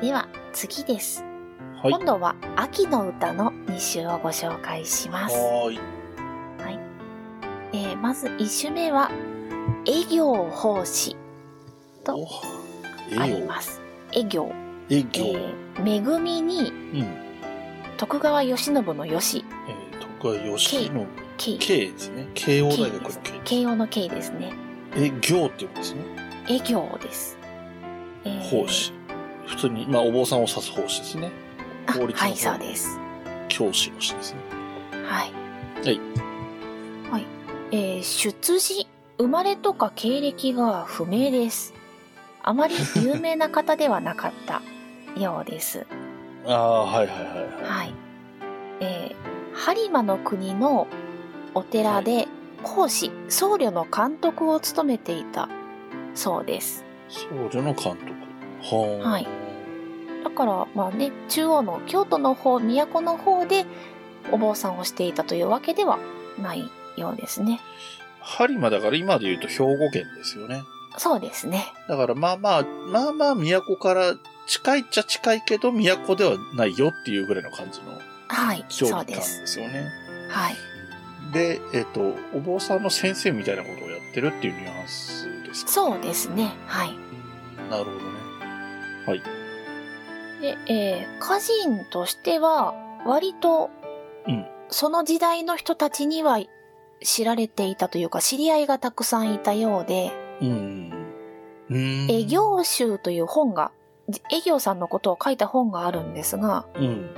では次です。はい。今度は秋の歌の2首をご紹介します。はーい。えーまず1首目は、営業奉仕とおあえりよ。ます。営業。ええぎょ。ー、恵みにうん。え徳川慶喜の義、ー、徳川吉の K、 K ですね。慶応大学の K。慶応の K ですね。え、行って言うんですね。営業です。えー奉仕。普通に、まあ、お坊さんを指す奉仕ですね。あ法律のはい、そうです。教師の師ですね。はい。はい。はい。えー出自、生まれとか経歴が不明です。あまり有名な方ではなか ったようです。ああ、はいはいはいはい。はい。えー、播磨の国のお寺で講師、僧侶の監督を務めていたそうです。僧侶の監督。はあ。はい。だから、まあね、中央の京都の方、都の方でお坊さんをしていたというわけではないようですね。播磨だから今で言うと兵庫県ですよね。そうですね。だからまあまあ、まあまあ都から近いっちゃ近いけど、都ではないよっていうぐらいの感じのはい、そ距離う感で。ですすよね。はい。で、えっ、と、お坊さんの先生みたいなことをやってるっていうニュアンスですかそうですね。はい。なるほどね。で、えー、歌人としては、割とうん、その時代の人たちには知られていたというか、知り合いがたくさんいたようで、うん。うん。営業集という本が、営業さんのことを書いた本があるんですが、うん。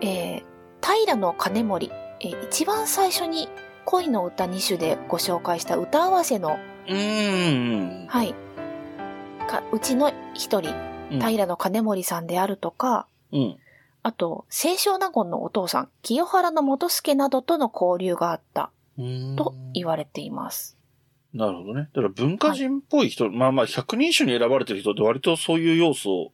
えー、平の金森、えー一番最初に恋の歌2種でご紹介した歌合わせの、うん。はい、かうちの一人、うん平の金森さんであるとか、うん。あと、清少納言のお父さん、清原の元助などとの交流があったうんと言われています。なるほどね。だから文化人っぽい人、まあまあ、百人種に選ばれてる人って割とそういう要素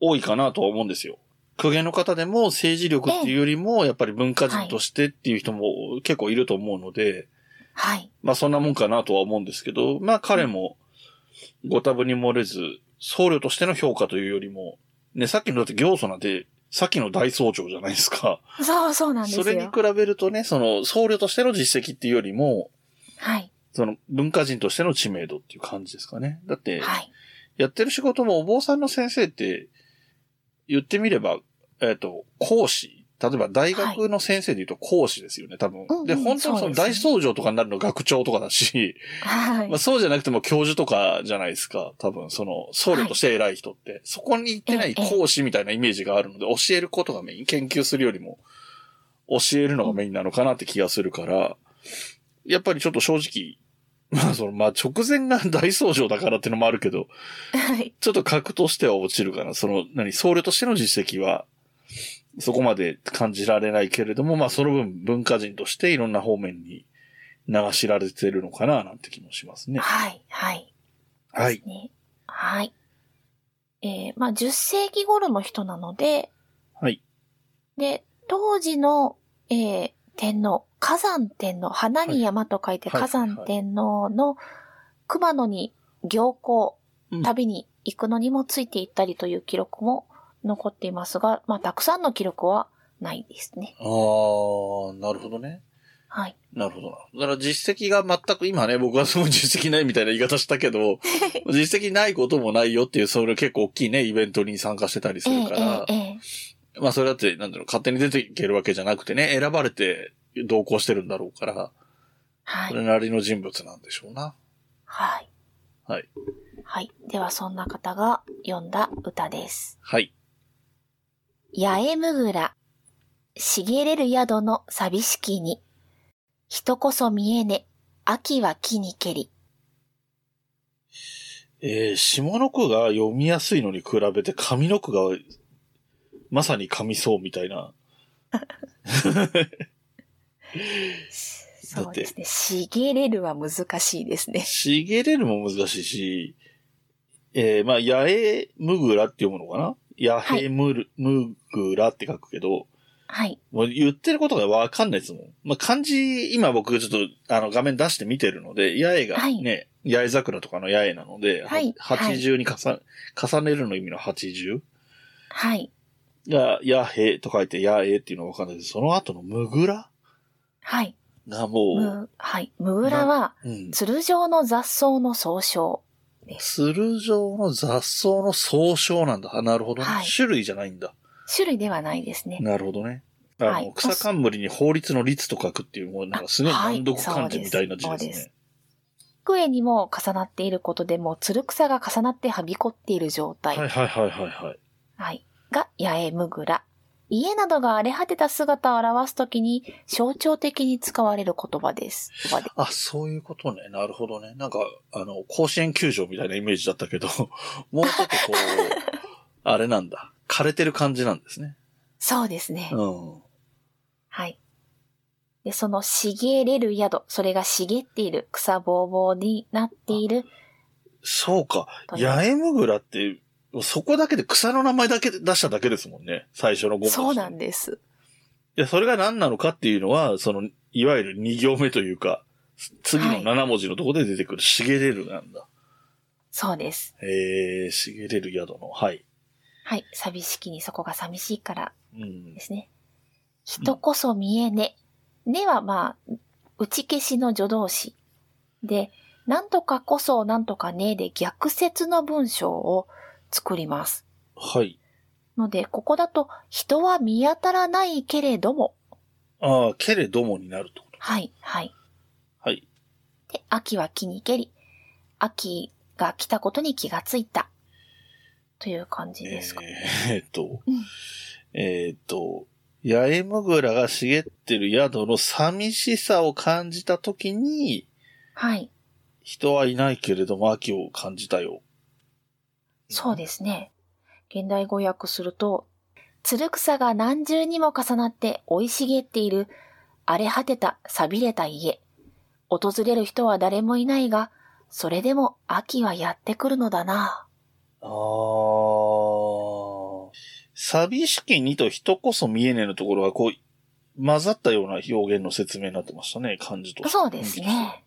多いかなとは思うんですよ。公家の方でも政治力っていうよりも、やっぱり文化人としてっていう人も結構いると思うので、はい。まあそんなもんかなとは思うんですけど、まあ彼もご多分に漏れず、僧侶としての評価というよりも、ね、さっきのだって行祖なんて、さっきの大総長じゃないですか。そうそうなんですそよ。れに比べるとね、その僧侶としての実績っていうよりも、はい。その文化人としての知名度っていう感じですかね。だって、はい。やってる仕事もお坊さんの先生って、言ってみれば、えっ、と、講師。例えば大学の先生で言うと講師ですよね、多分。うんうんで、本当にその大総長とかになるの学長とかだし、はい。まあ、そうじゃなくても教授とかじゃないですか。多分、その、僧侶として偉い人って。そこに行ってないええ講師みたいなイメージがあるので、教えることがメイン、研究するよりも、教えるのがメインなのかなって気がするから、やっぱりちょっと正直、 まあ、その、まあ、直前が大僧正だからってのもあるけど、はい。ちょっと格としては落ちるかな。その、何、僧侶としての実績は、そこまで感じられないけれども、まあ、その分、文化人としていろんな方面に流しられてるのかな、なんて気もしますね。はい。はい。はい。ねはい。えー、まあ、10世紀頃の人なので、はい。で、当時の、えー、天皇、火山天皇、花に山と書いてはい火山天皇の熊野に行幸うん、旅に行くのにもついていったりという記録も残っていますが、まあ、たくさんの記録はないですね。ああ、なるほどね。はい。なるほどな。だから実績が全く、今ね、僕はその実績ないみたいな言い方したけど、実績ないこともないよっていう、それ結構大きいね、イベントに参加してたりすええるからえ、ええまあそれだって、なんだろう、勝手に出ていけるわけじゃなくてね、選ばれて同行してるんだろうから、はそい。れなりの人物なんでしょうな。はい。はい。はい。では、そんな方が読んだ歌です。はい。八重むぐら、茂れる宿の寂しきに、人こそ見えね、秋は木にけり。えー、下の句が読みやすいのに比べて上の句が、まさに神そうみたいな。そうですね。茂れるは難しいですね。しげれるも難しいし、えー、まあ、八重むぐらって読むのかな八重むる、むぐらって書くけど、はい。もう言ってることがわかんないですもん。まあ、漢字、今僕ちょっと、あの、画面出して見てるので、八重がはいね、八重桜とかの八重なので、はいは80に重ね、重ねるの意味の80。はい。や、やへと書いて、やえっていうのがわかんないけど、その後のむぐらはい。がもむ、はい。ムグラは、う、うん。ツル状の雑草の総称。鶴状の雑草の総称なんだ。あなるほどね、はい種類じゃないんだ。種類ではないですね。なるほどね。あの、はい草冠に法律の律と書くっていう、もうなんかすごい難読漢字みたいな字はいそうでですすね。クエにも重なっていることでもう、つる草が重なってはびこっている状態。はいはいはいはいはい。はい。が、八重むぐら。家などが荒れ果てた姿を表すときに象徴的に使われる言葉です。言葉であ、そういうことね。なるほどね。なんか、あの、甲子園球場みたいなイメージだったけど、 もうちょっと こう、あれなんだ。枯れてる感じなんですね。そうですね。うん。はい。で、その、茂れる宿、それが茂っている、草ぼうぼうになっている、そうか。という八重むぐらって、そこだけで草の名前だけで出しただけですもんね。最初の5文字。そうなんです。で、それが何なのかっていうのは、その、いわゆる2行目というか、次のはい7文字のところで出てくる、しげれるなんだ。そうです。えー、しげれる宿の、はい。はい。寂しきにそこが寂しいからうんで。すね。人こそ見えね。ねはまあ、打ち消しの助動詞。で、なんとかこそなんとかねで逆説の文章を作ります。はい。ので、ここだと人は見当たらないけれども。ああ、けれどもになるってこと。はい、はい。はい。で、秋は木に蹴り。秋が来たことに気がついた。という感じですか。えーっとうん、えーっと、八重むぐらが茂ってる宿の寂しさを感じたときに、はい。人はいないけれども秋を感じたよ。そうですね。現代語訳すると、つる草が何重にも重なって生い茂っている荒れ果てた錆びれた家。訪れる人は誰もいないが、それでも秋はやってくるのだな。あー。寂しきにと人こそ見えねえのところがこう、混ざったような表現の説明になってましたね、漢字として。そうですね。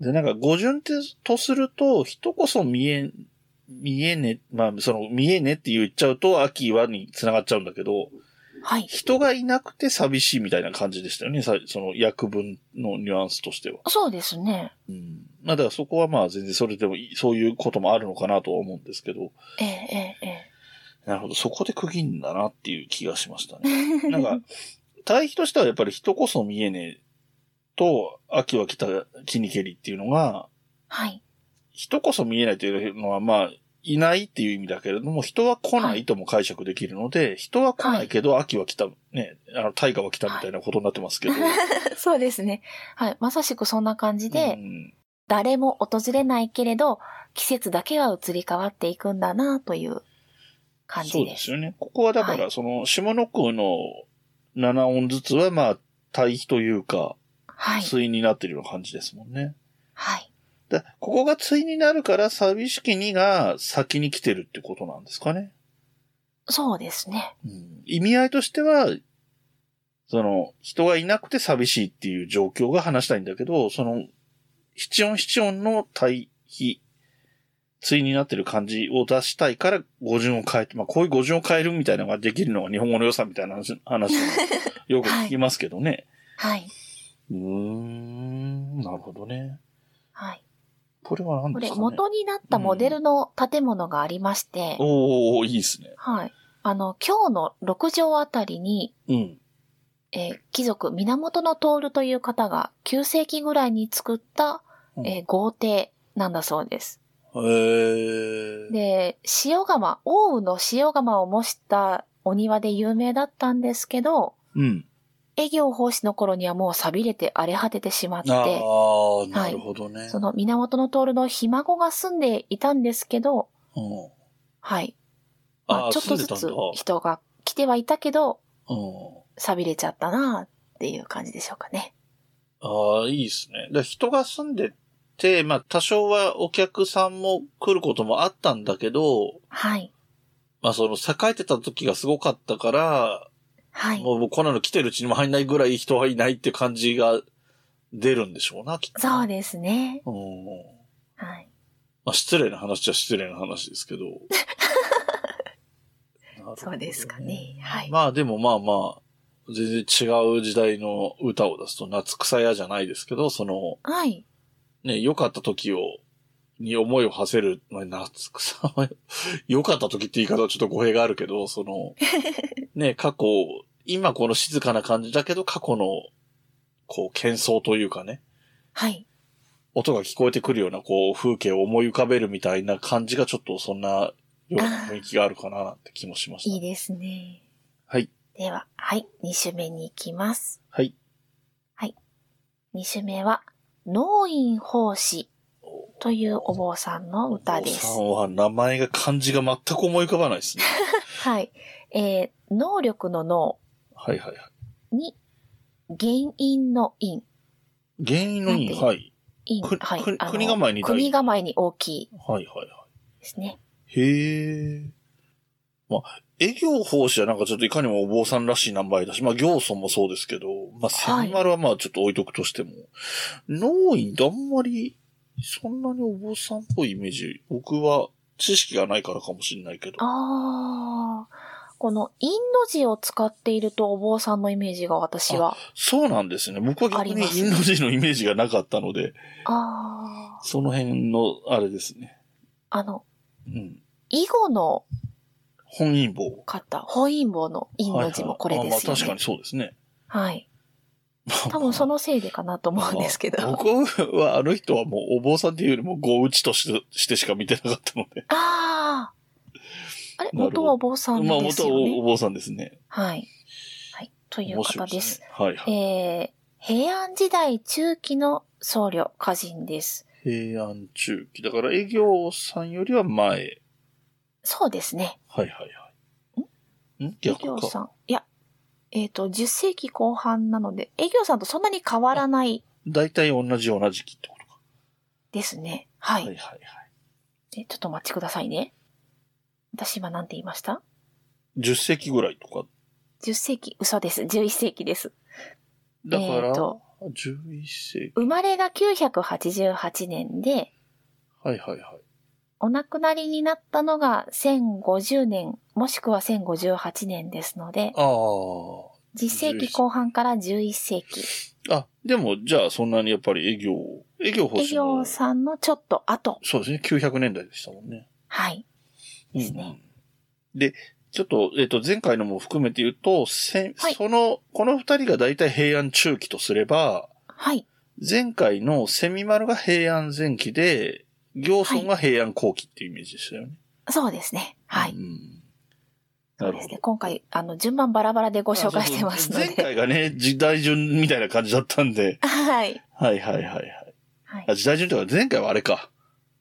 で、なんか語順てとすると、人こそ見え、見えね、まあ、その、見えねって言っちゃうと、秋はに繋がっちゃうんだけど、はい。人がいなくて寂しいみたいな感じでしたよね、さその、訳文のニュアンスとしては。そうですね。うん。まあ、だからそこはまあ、全然それでもいい、そういうこともあるのかなとは思うんですけど、ええ、ええ、なるほど。そこで区切んだなっていう気がしましたえね。え。 なんか、対比としてはやっぱり人こそ見えねえと、秋は来た木にけりっていうのが、はい。 人こそ見えないというのはまあ、いないっていう意味だけれども、人は来ないとも解釈できるので、人は来ないけど、秋は来た、ね、あの、大河は来たみたいなことになってますけど。そうですね。はい。まさしくそんな感じで、うん誰も訪れないけれど、季節だけは移り変わっていくんだなという感そじうでです。すよね。ここはだかはら、その、下の句の7音ずつはまあ、対比というか、はい。対になってるような感じですもんね。はい。だここが対になるから、寂しきにが先に来てるってことなんですかね。そうですね。うん、意味合いとしては、その、人がいなくて寂しいっていう状況が話したいんだけど、その、七音七音の対比、対になってる感じを出したいから、語順を変えて、まあ、こういう語順を変えるみたいなのができるのが日本語の良さみたいな話、 話をよく聞きますけどね。はい。うーん、なるほどね。はい。これは何こでれ、すかね。元になったモデルの建物がありまして、おー、いいですね。はい。あの、今日の6畳あたりに、うん。えー貴族、源の徹という方が9世紀ぐらいに作った、うんえー豪邸なんだそうです。へえ。で、塩釜、奥羽の塩釜を模したお庭で有名だったんですけど、うん。営業奉仕の頃にはもう錆びれて荒れ果ててしまっあて、あ、なるほどね。その源の徹のひ孫が住んでいたんですけど、うん、はい。まああ、あ、ちょっとず住んでたつんだう人が来てはいたけど、ん。錆びれちゃったなっていう感じでしょうかね。ああ、いいですね。で人が住んでて、まあ、多少はお客さんも来ることもあったんだけど、はい。まあ、その、栄えてた時がすごかったから、はい。もうもうこんなの来てるうちにも入んないぐらい人はいないって感じが出るんでしょうな、きっと。そうですね。うん。はい。 まあ、失礼な話じゃ失礼な話ですけど。ほどそうですかね。はい。まあでもまあまあ、全然違う時代の歌を出すと、夏草屋じゃないですけど、その、はい。ね、良かった時を、に思いを馳せる、まあ、夏草は、良かった時って言い方はちょっと語弊があるけど、その、ね、過去、今この静かな感じだけど、過去の、こう、喧騒というかね、はい。音が聞こえてくるような、こう、風景を思い浮かべるみたいな感じが、ちょっとそんな、ような雰囲気があるかな、なんて気もしました。いいですね。はい。では、はい。2首目に行きます。はい。 2首目は、農院法師というお坊さんの歌でおすさ。んは名前が漢字が全く思い浮かばな いですね。はい。えー、能力の脳はいはいはい。に、原因の因。原因の因、なんてはい。因。くはいく。あの国構えに大国構えに大きいはいはいはですね。い。へえ。まあ、営業奉仕はなんかちょっといかにもお坊さんらしい名前だし、まあ行祖もそうですけど、まあはい千丸はまあちょっと置いとくとしても、農院ってあんまりそんなにお坊さんっぽいイメージ、僕は知識がないからかもしれないけど。ああ。この因の字を使っているとお坊さんのイメージが私は。そうなんですね。僕は逆ありにますインド人のイメージがなかったので、ああ。その辺のあれですね。あの、うん。囲碁の本因坊。方、本因坊の因の字もこれですよはいはいあまあ確かねに。そうですね。はい。ま あ多分そのせいでかなと思うんですけど。僕はあの人はもうお坊さんっていうよりもご打ちとしてしてしか見てなかったので。ああ。あれなるほど元はお坊さんまあです元はよねお。坊さんですね。はい。はい。という面方白いです。ね。はいはい。えー、平安時代中期の僧侶、歌人です。平安中期。だから営業さんよりは前。そうですね。はいはいはい。ん営逆業か。さん。いや、えっ、と、10世紀後半なので、営業さんとそんなに変わらない大体同じ同じ期ってことか。ですね。はい。はいはいはい。えちょっとお待ちくださいね。私今何て言いました10世紀ぐらいとか。 ?10 世紀、嘘です。11世紀です。だかえら、ーと11世紀。生まれが988年で、はいはいはい。お亡くなりになったのが1050年、もしくは1058年ですので、ああ。 10世紀後半から11世紀。あ、でも、じゃあ、そんなにやっぱり営業、営業方営針も業さんのちょっと後。そうですね、900年代でしたもんね。はい。ですねうんで、ちょっと、えっ、と、前回のも含めて言うと、せんはいその、この二人が大体平安中期とすれば、はい。前回のセミ丸が平安前期で、行村が平安後期っていうイメージでしたよね。そうですね。はい。うんそうですね。今回、あの、順番バラバラでご紹介してますの前 で。回がね、時代順みたいな感じだったんで、はい。はいはいはいはい。はあ時代順というか、前回はあれか。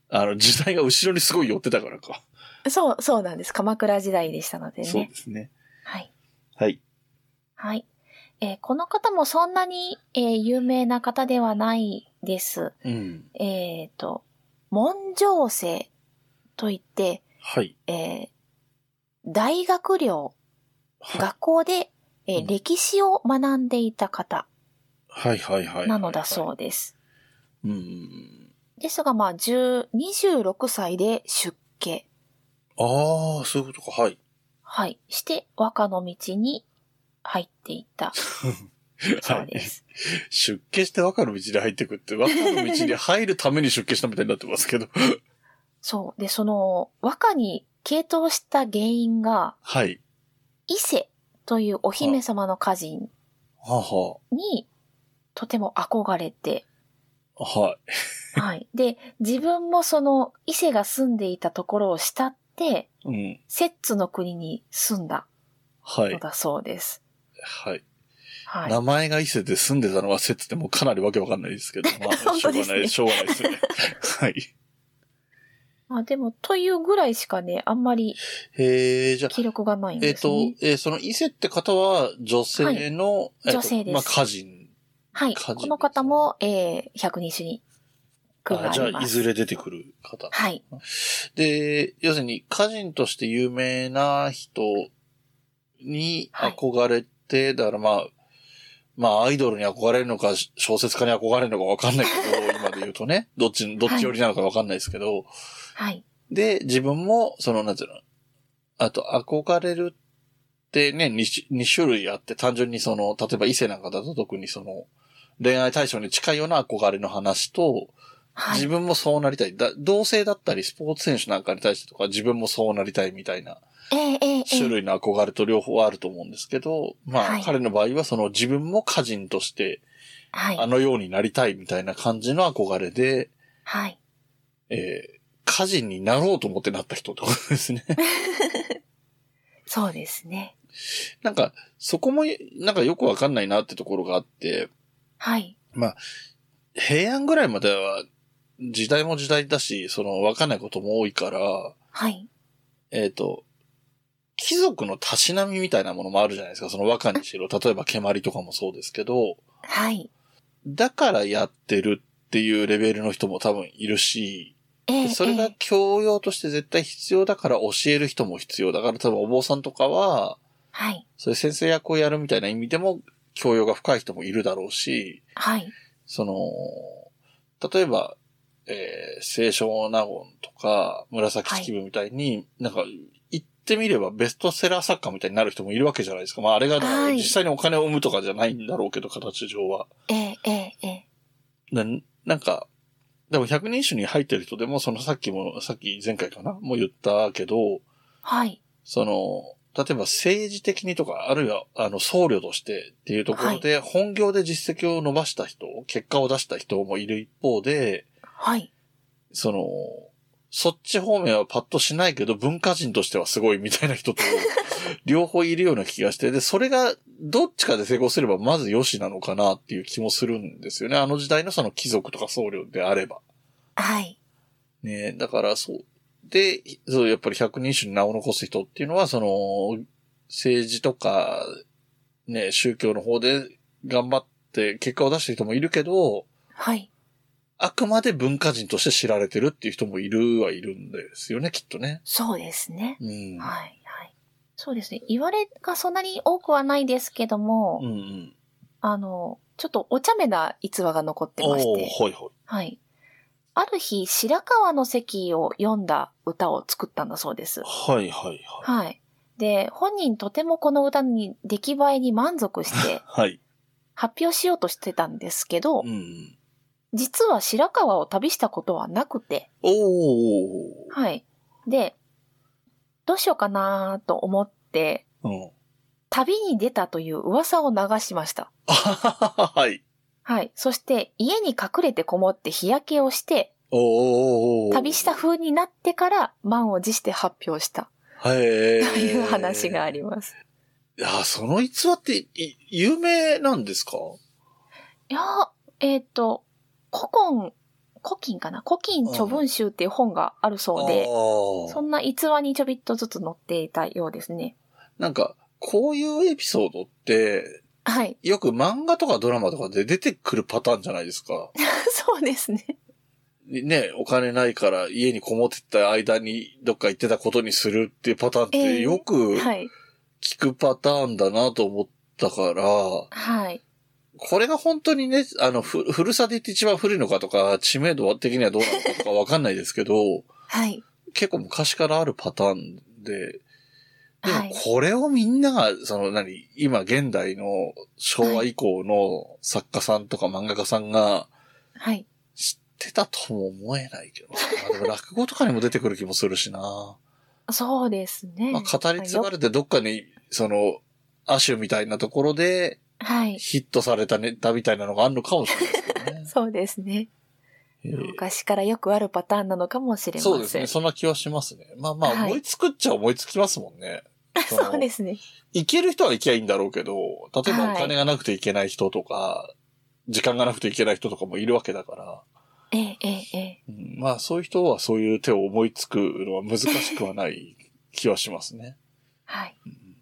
あの、時代が後ろにすごい寄ってたからか。い。そう、そうなんです。鎌倉時代でしたのでそうね。ですね。はい。はい。はい。えーこの方もそんなに、えー有名な方ではないです。うん。えっ、と、門上生といって、はい。えー大学寮、は学校で、えーうん歴史を学んでいた方はいはいはい。なのだそうです。う。うん。ですが、まあ、10 26歳で出家。ああ、そういうことか。はい。はい。して、和歌の道に入ってい ったそうでい。す。出家して和歌の道に入ってくって、和歌の道に入るために出家したみたいになってますけど。 そう。で、その、和歌に傾倒した原因が、はい。伊勢というお姫様の歌人はは。に、とても憧れ て、はい。はい。で、自分もその、伊勢が住んでいたところを慕って、うん。摂津の国に住んだはのい。だそうです。はい。はい。名前が伊勢で住んでたのは説ってもうかなりわけわかんないです けど。まあ、本しょ当でうがなすい、ねしょうがないですね。 はい。まあでも、というぐらいしかね、あんまりへえ、じゃあ、記録がないんえっ、ですとね。、えーその伊勢って方は女性の、えーと女性ですまあ、歌人。はい。家事この方も、えー、百人種にあ句があじりゃあ、まいす。ずれ出てくる方。はい。で、要するに歌人として有名な人にはい憧れて、だからまあ、まあ、アイドルに憧れるのか、小説家に憧れるのかわかんないけ ど、今で言うとね、どっち、どっち寄りなのかわかんないですけど、はい。で、自分も、その、なんていうの、あと、憧れるってね、2, 二種類あって、単純にその、例えば異性なんかだと特にその、恋愛対象に近いような憧れの話と、は自い。分もそうなりたい。だ同性だったり、スポーツ選手なんかに対してとか、自分もそうなりたいみたいなえええええ種え類の憧れと両方あると思うんですけど、まはあ、い彼の場合はその自分も家人として、はあい。のようになりたいみたいな感じの憧れで、はい。えー家人になろうと思ってなった人ってことですね。 そうですね。なんか、そこも、なんかよくわかんないなってところがあって、はい。平安ぐらいまでは、時代も時代だし、その、わかんないことも多いから、はい。えっ、と、貴族のたしなみみたいなものもあるじゃないですか。その和歌にしろ、例えば蹴鞠とかもそうですけど、はい。だからやってるっていうレベルの人も多分いるし、ええでそれえがえ教養として絶対必要だから教える人も必要だから、多分お坊さんとかは、はい。そういう先生役をやるみたいな意味でも、教養が深い人もいるだろうし、はい。その、例えば、えー、清少納言とか、紫式部みたいに、なんか、言ってみればベストセラー作家みたいになる人もいるわけじゃないですか。まあ、あれが、はい実際にお金を生むとかじゃないんだろうけど、形上は。ええええええななんか、でも百人一首に入ってる人でも、そのさっきも、さっき前回かなもう言ったけど、はい。その、例えば政治的にとか、あるいは、あの、僧侶としてっていうところで、本業で実績を伸ばした人、結果を出した人もいる一方で、はい。その、そっち方面はパッとしないけど、文化人としてはすごいみたいな人と、両方いるような気がして、で、それが、どっちかで成功すれば、まず良しなのかなっていう気もするんですよね。あの時代のその貴族とか僧侶であれば。はい。ねだからそう。で、そう、やっぱり百人一首に名を残す人っていうのは、その、政治とか、ね、宗教の方で頑張って結果を出してる人もいるけど、はい。あくまで文化人として知られてるっていう人もいるはいるんですよね、きっとね。そうですね。うん。はい。はい。そうですね。言われがそんなに多くはないですけども、うんうん。あの、ちょっとお茶目な逸話が残ってましおーて、ほいほはい。ある日、白川の関を読んだ歌を作ったんだそうです。い。はいはいはい。はい。で、本人とてもこの歌に出来栄えに満足して はい。発表しようとしてたんですけどう、ん。実は白川を旅したことはなくて、おーおーはい。で、どうしようかなと思って、おーうん。旅に出たという噂を流しました。あははははい。はい。そして、家に隠れてこもって日焼けをして、おーおーおー旅した風になってから満を持して発表したへとーいう話があります。いや、その逸話ってい、有名なんですかいやー、えっ、と、古今、古今かな古今著文集っていう本があるそうで、そああ。んな逸話にちょびっとずつ載っていたようですね。なんか、こういうエピソードって、 はい。よく漫画とかドラマとかで出てくるパターンじゃないですか。そうですね。ね、お金ないから家にこもってた間にどっか行ってたことにするっていうパターンっえてえよくはい。聞くパターンだなと思ったから、はい。これが本当にね、あの、ふ、古さで言って一番古いのかとか、知名度的にはどうなのかとかわかんないですけど、 はい。結構昔からあるパターンで、ではもい。これをみんなが、その何、今現代の昭和以降の作家さんとか漫画家さんがはい。知ってたとも思えないけどな、でも落語とかにも出てくる気もするしな。そうですね。まあ、語り継がれてどっかに、その、アシュみたいなところではい。ヒットされたネタみたいなのがあるのかもしれないですけどねそうですね。 えー。昔からよくあるパターンなのかもしれません。そうですね。そんな気はしますね。まあまあ、はい思いつくっちゃ思いつきますもんね。そうですね。行ける人は行きゃいいんだろうけど、例えばお金がなくて行けない人とか、時間がなくて行けない人とかもいるわけだから、ええええええうんまあそういう人はそういう手を思いつくのは難しくはない気はしますね。はい。うん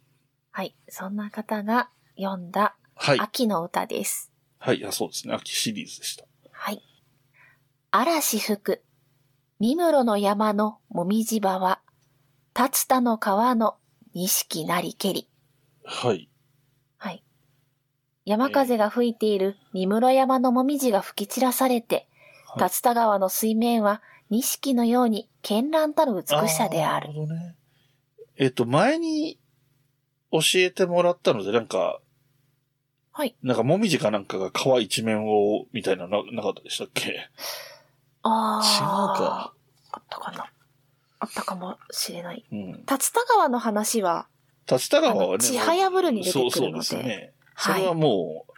はい。そんな方が読んだはい。秋の歌です。はい。あそうですね。秋シリーズでした。はい。嵐吹く、三室の山のもみじ場は、竜田の川の錦なりけり。はい。はい。山風が吹いている三室山のもみじが吹き散らされて、はい竜田川の水面は錦のように絢爛たる美しさであーる。なるほどね。えっと、前に、教えてもらったので、なんか、はい。なんか、もみじかなんかが川一面を、みたいなのな、なかったでしたっけあ違うかあ。。あったかな。あったかもしれない。うん。竜田川の話は、立田あ川はのね、ちはやぶるに出てくるそのうで。そうですね。そはいれはもう、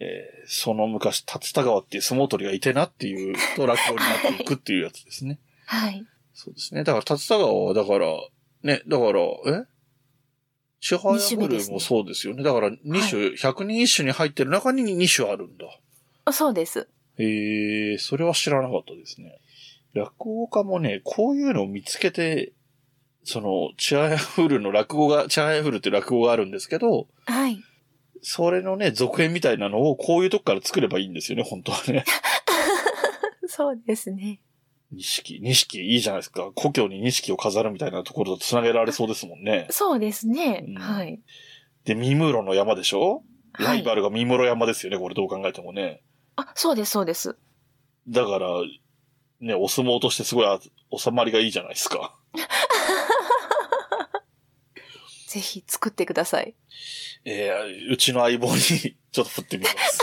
えーその昔、立田川っていう相撲取りがいてなっていう、と落語になっていくっていうやつですね。はい。そうですね。だから、立田川は、だから、ね、だから、え支配二ア種目ブでルすねもそうですよね。だから、二種、100人一種に入ってる中に2種あるんだ。あそうです。へえー、それは知らなかったですね。落語家もね、こういうのを見つけて、その、チアヤフルの落語が、チアヤフルっていう落語があるんですけど、はい。それのね、続編みたいなのをこういうとこから作ればいいんですよね、本当はね。 そうですね。錦、錦いいじゃないですか。故郷に錦を飾るみたいなところと繋げられそうですもんね。そうですね。うんはい。で、三室の山でしょはラいイバルが三室山ですよね、これどう考えてもね。あ、そうです、そうです。だから、ね、お相撲としてすごいあ収まりがいいじゃないですか。ぜひ作ってください。えーうちの相棒に ちょっと振ってみます。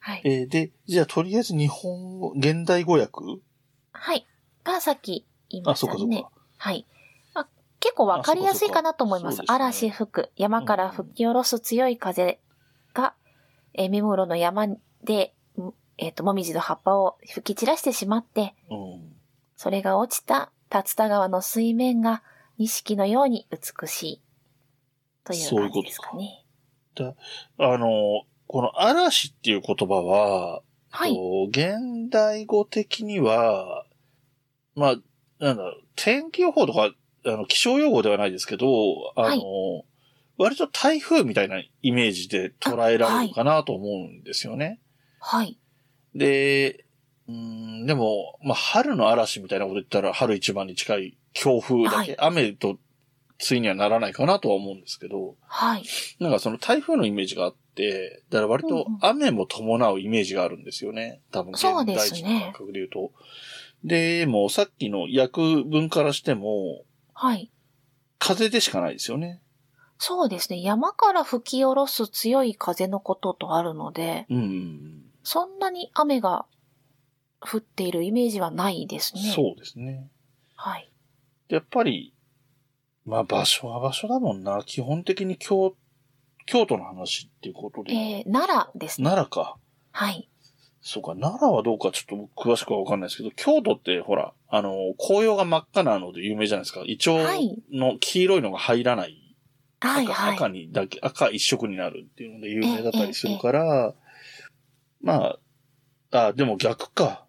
はい。 えーで、じゃあとりあえず日本語、現代語訳はい。がさっき言いまあ、しそうたかそうねか。。はい。まあ、結構わかりやすいかなと思います。あそうかそうかそうです嵐ね吹く、山から吹き下ろす強い風が、えー、三室の山で、んえっ、と、もみじの葉っぱを吹き散らしてしまって、うん。それが落ちた竜田川の水面が錦のように美しい。というそう感いうじことですかね。あの、この嵐っていう言葉は、はい。と現代語的には、まあ、なんだろう、天気予報とか、あの、気象予報ではないですけど、あの、はい割と台風みたいなイメージで捉えられるかなと思うんですよね。はい。で、うーん、でも、まあ、春の嵐みたいなこと言ったら、春一番に近い強風だけ、はい雨と、ついにはならないかなとは思うんですけど、はい。なんかその台風のイメージがあって、だから割とうんうん雨も伴うイメージがあるんですよね。多分、現そうです代ね人の感覚で言うと。でも、さっきの訳文からしても、はい。風でしかないですよね。そうですね。山から吹き下ろす強い風のこととあるので、うんうんうん。そんなに雨が降っているイメージはないですね。う。そうですね。はい。やっぱり、まあ場所は場所だもんな。基本的に京、京都の話っていうことで。えー、奈良ですね。奈良か。はい。そうか、奈良はどうかちょっと僕詳しくはわかんないですけど、京都ってほら、あの、紅葉が真っ赤なので有名じゃないですか。イチョいウの黄色いのが入らない。はい、赤は赤い。にだけ、赤一色になるっていうので有名だったりするから、まあ、あ、でも逆か。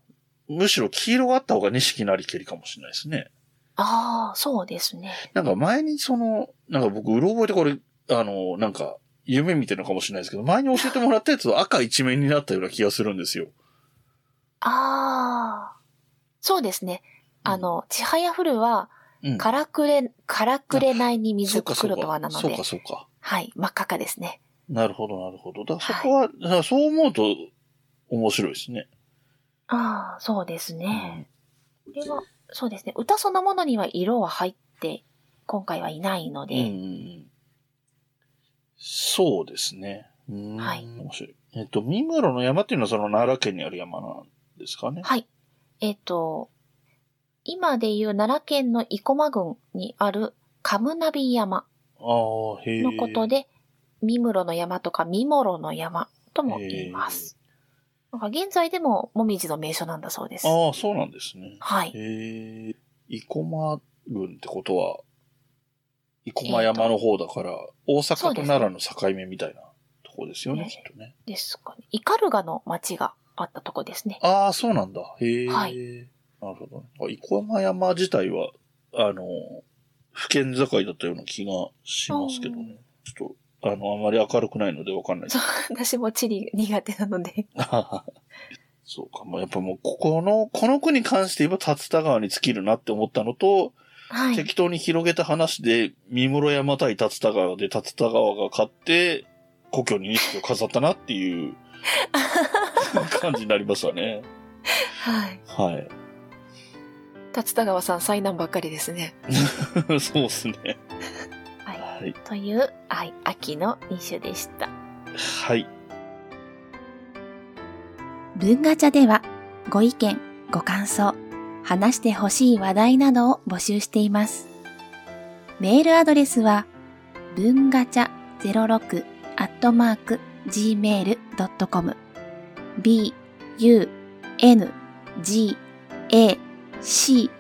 むしろ黄色があった方が錦なりけりかもしれないですね。ああ、そうですね。なんか前にその、なんか僕、うろ覚えてこれ、あの、なんか、夢見てるのかもしれないですけど、前に教えてもらったやつは赤一面になったような気がするんですよ。ああ、そうですね。あの、ちはやふるは、うん。からくれ、からくれないに水そうかそくうかるとはなのそうでか、そうか。はい、真っ赤かですね。なるほど、なるほど。はだいそこは、だからそう思うと、面白いですね。ああ、そうですね。これは、そうですね。歌そのものには色は入って、今回はいないのうんうで、んうん。そうですね。うーん。はい面白い。えっと、三室の山っていうのはその奈良県にある山なんですかね。はい。えっ、と、今でいう奈良県の生駒郡にあるカムナビ山ああ、へえ。のことで、三室の山とか三室の山とも言います。なんか現在でももみじの名所なんだそうです。ああ、そうなんですね。はい。へえ、生駒郡ってことは、生駒山の方だから、大そう阪でとす奈良の境目みたいなとこですよね、ねきっとね。ですかね。イカルガの町があったとこです ね。ああ、そうなんだ。へえ、はいなるほどね。あ生駒山自体は、あの、府県境だったような気がしますけどね。ちょっと、あの、あまり明るくないのでわかんないですそう、私も地理苦手なので。 そうか、もうやっぱもう、ここの、この句に関して言えば、竜田川に尽きるなって思ったのと、はい。適当に広げた話で、三室山対竜田川で、竜田川が勝って、故郷に錦を飾ったなっていう感じになりましたね。 はい。 はい。竜田川さん災難ばっかりですね。 そうですね。はい。はい。という、はい、秋の2種でした。はい。文ガチャではご意見、ご感想、話してほしい話題などを募集しています。メールアドレスは文ガチャ06アットマーク gmail.com b u n g a c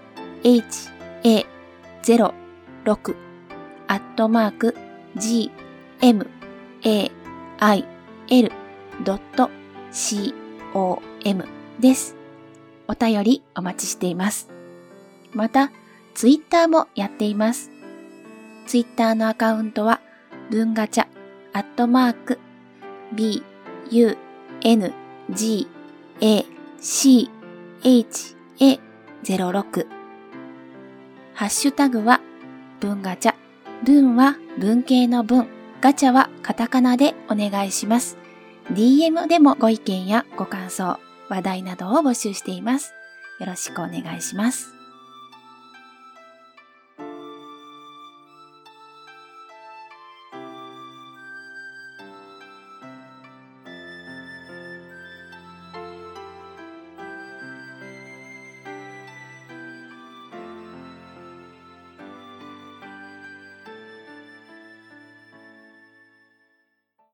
h a 06アットマーク g m a i l.com OM です。お便りお待ちしています。また、ツイッターもやっています。ツイッターのアカウントは、文ガチャ、アットマーク、b, u, n, g, a, c, h, a, 06。ハッシュタグは、文ガチャ。文は文系の文、ガチャはカタカナでお願いします。DM でもご意見やご感想、話題などを募集しています。よろしくお願いします。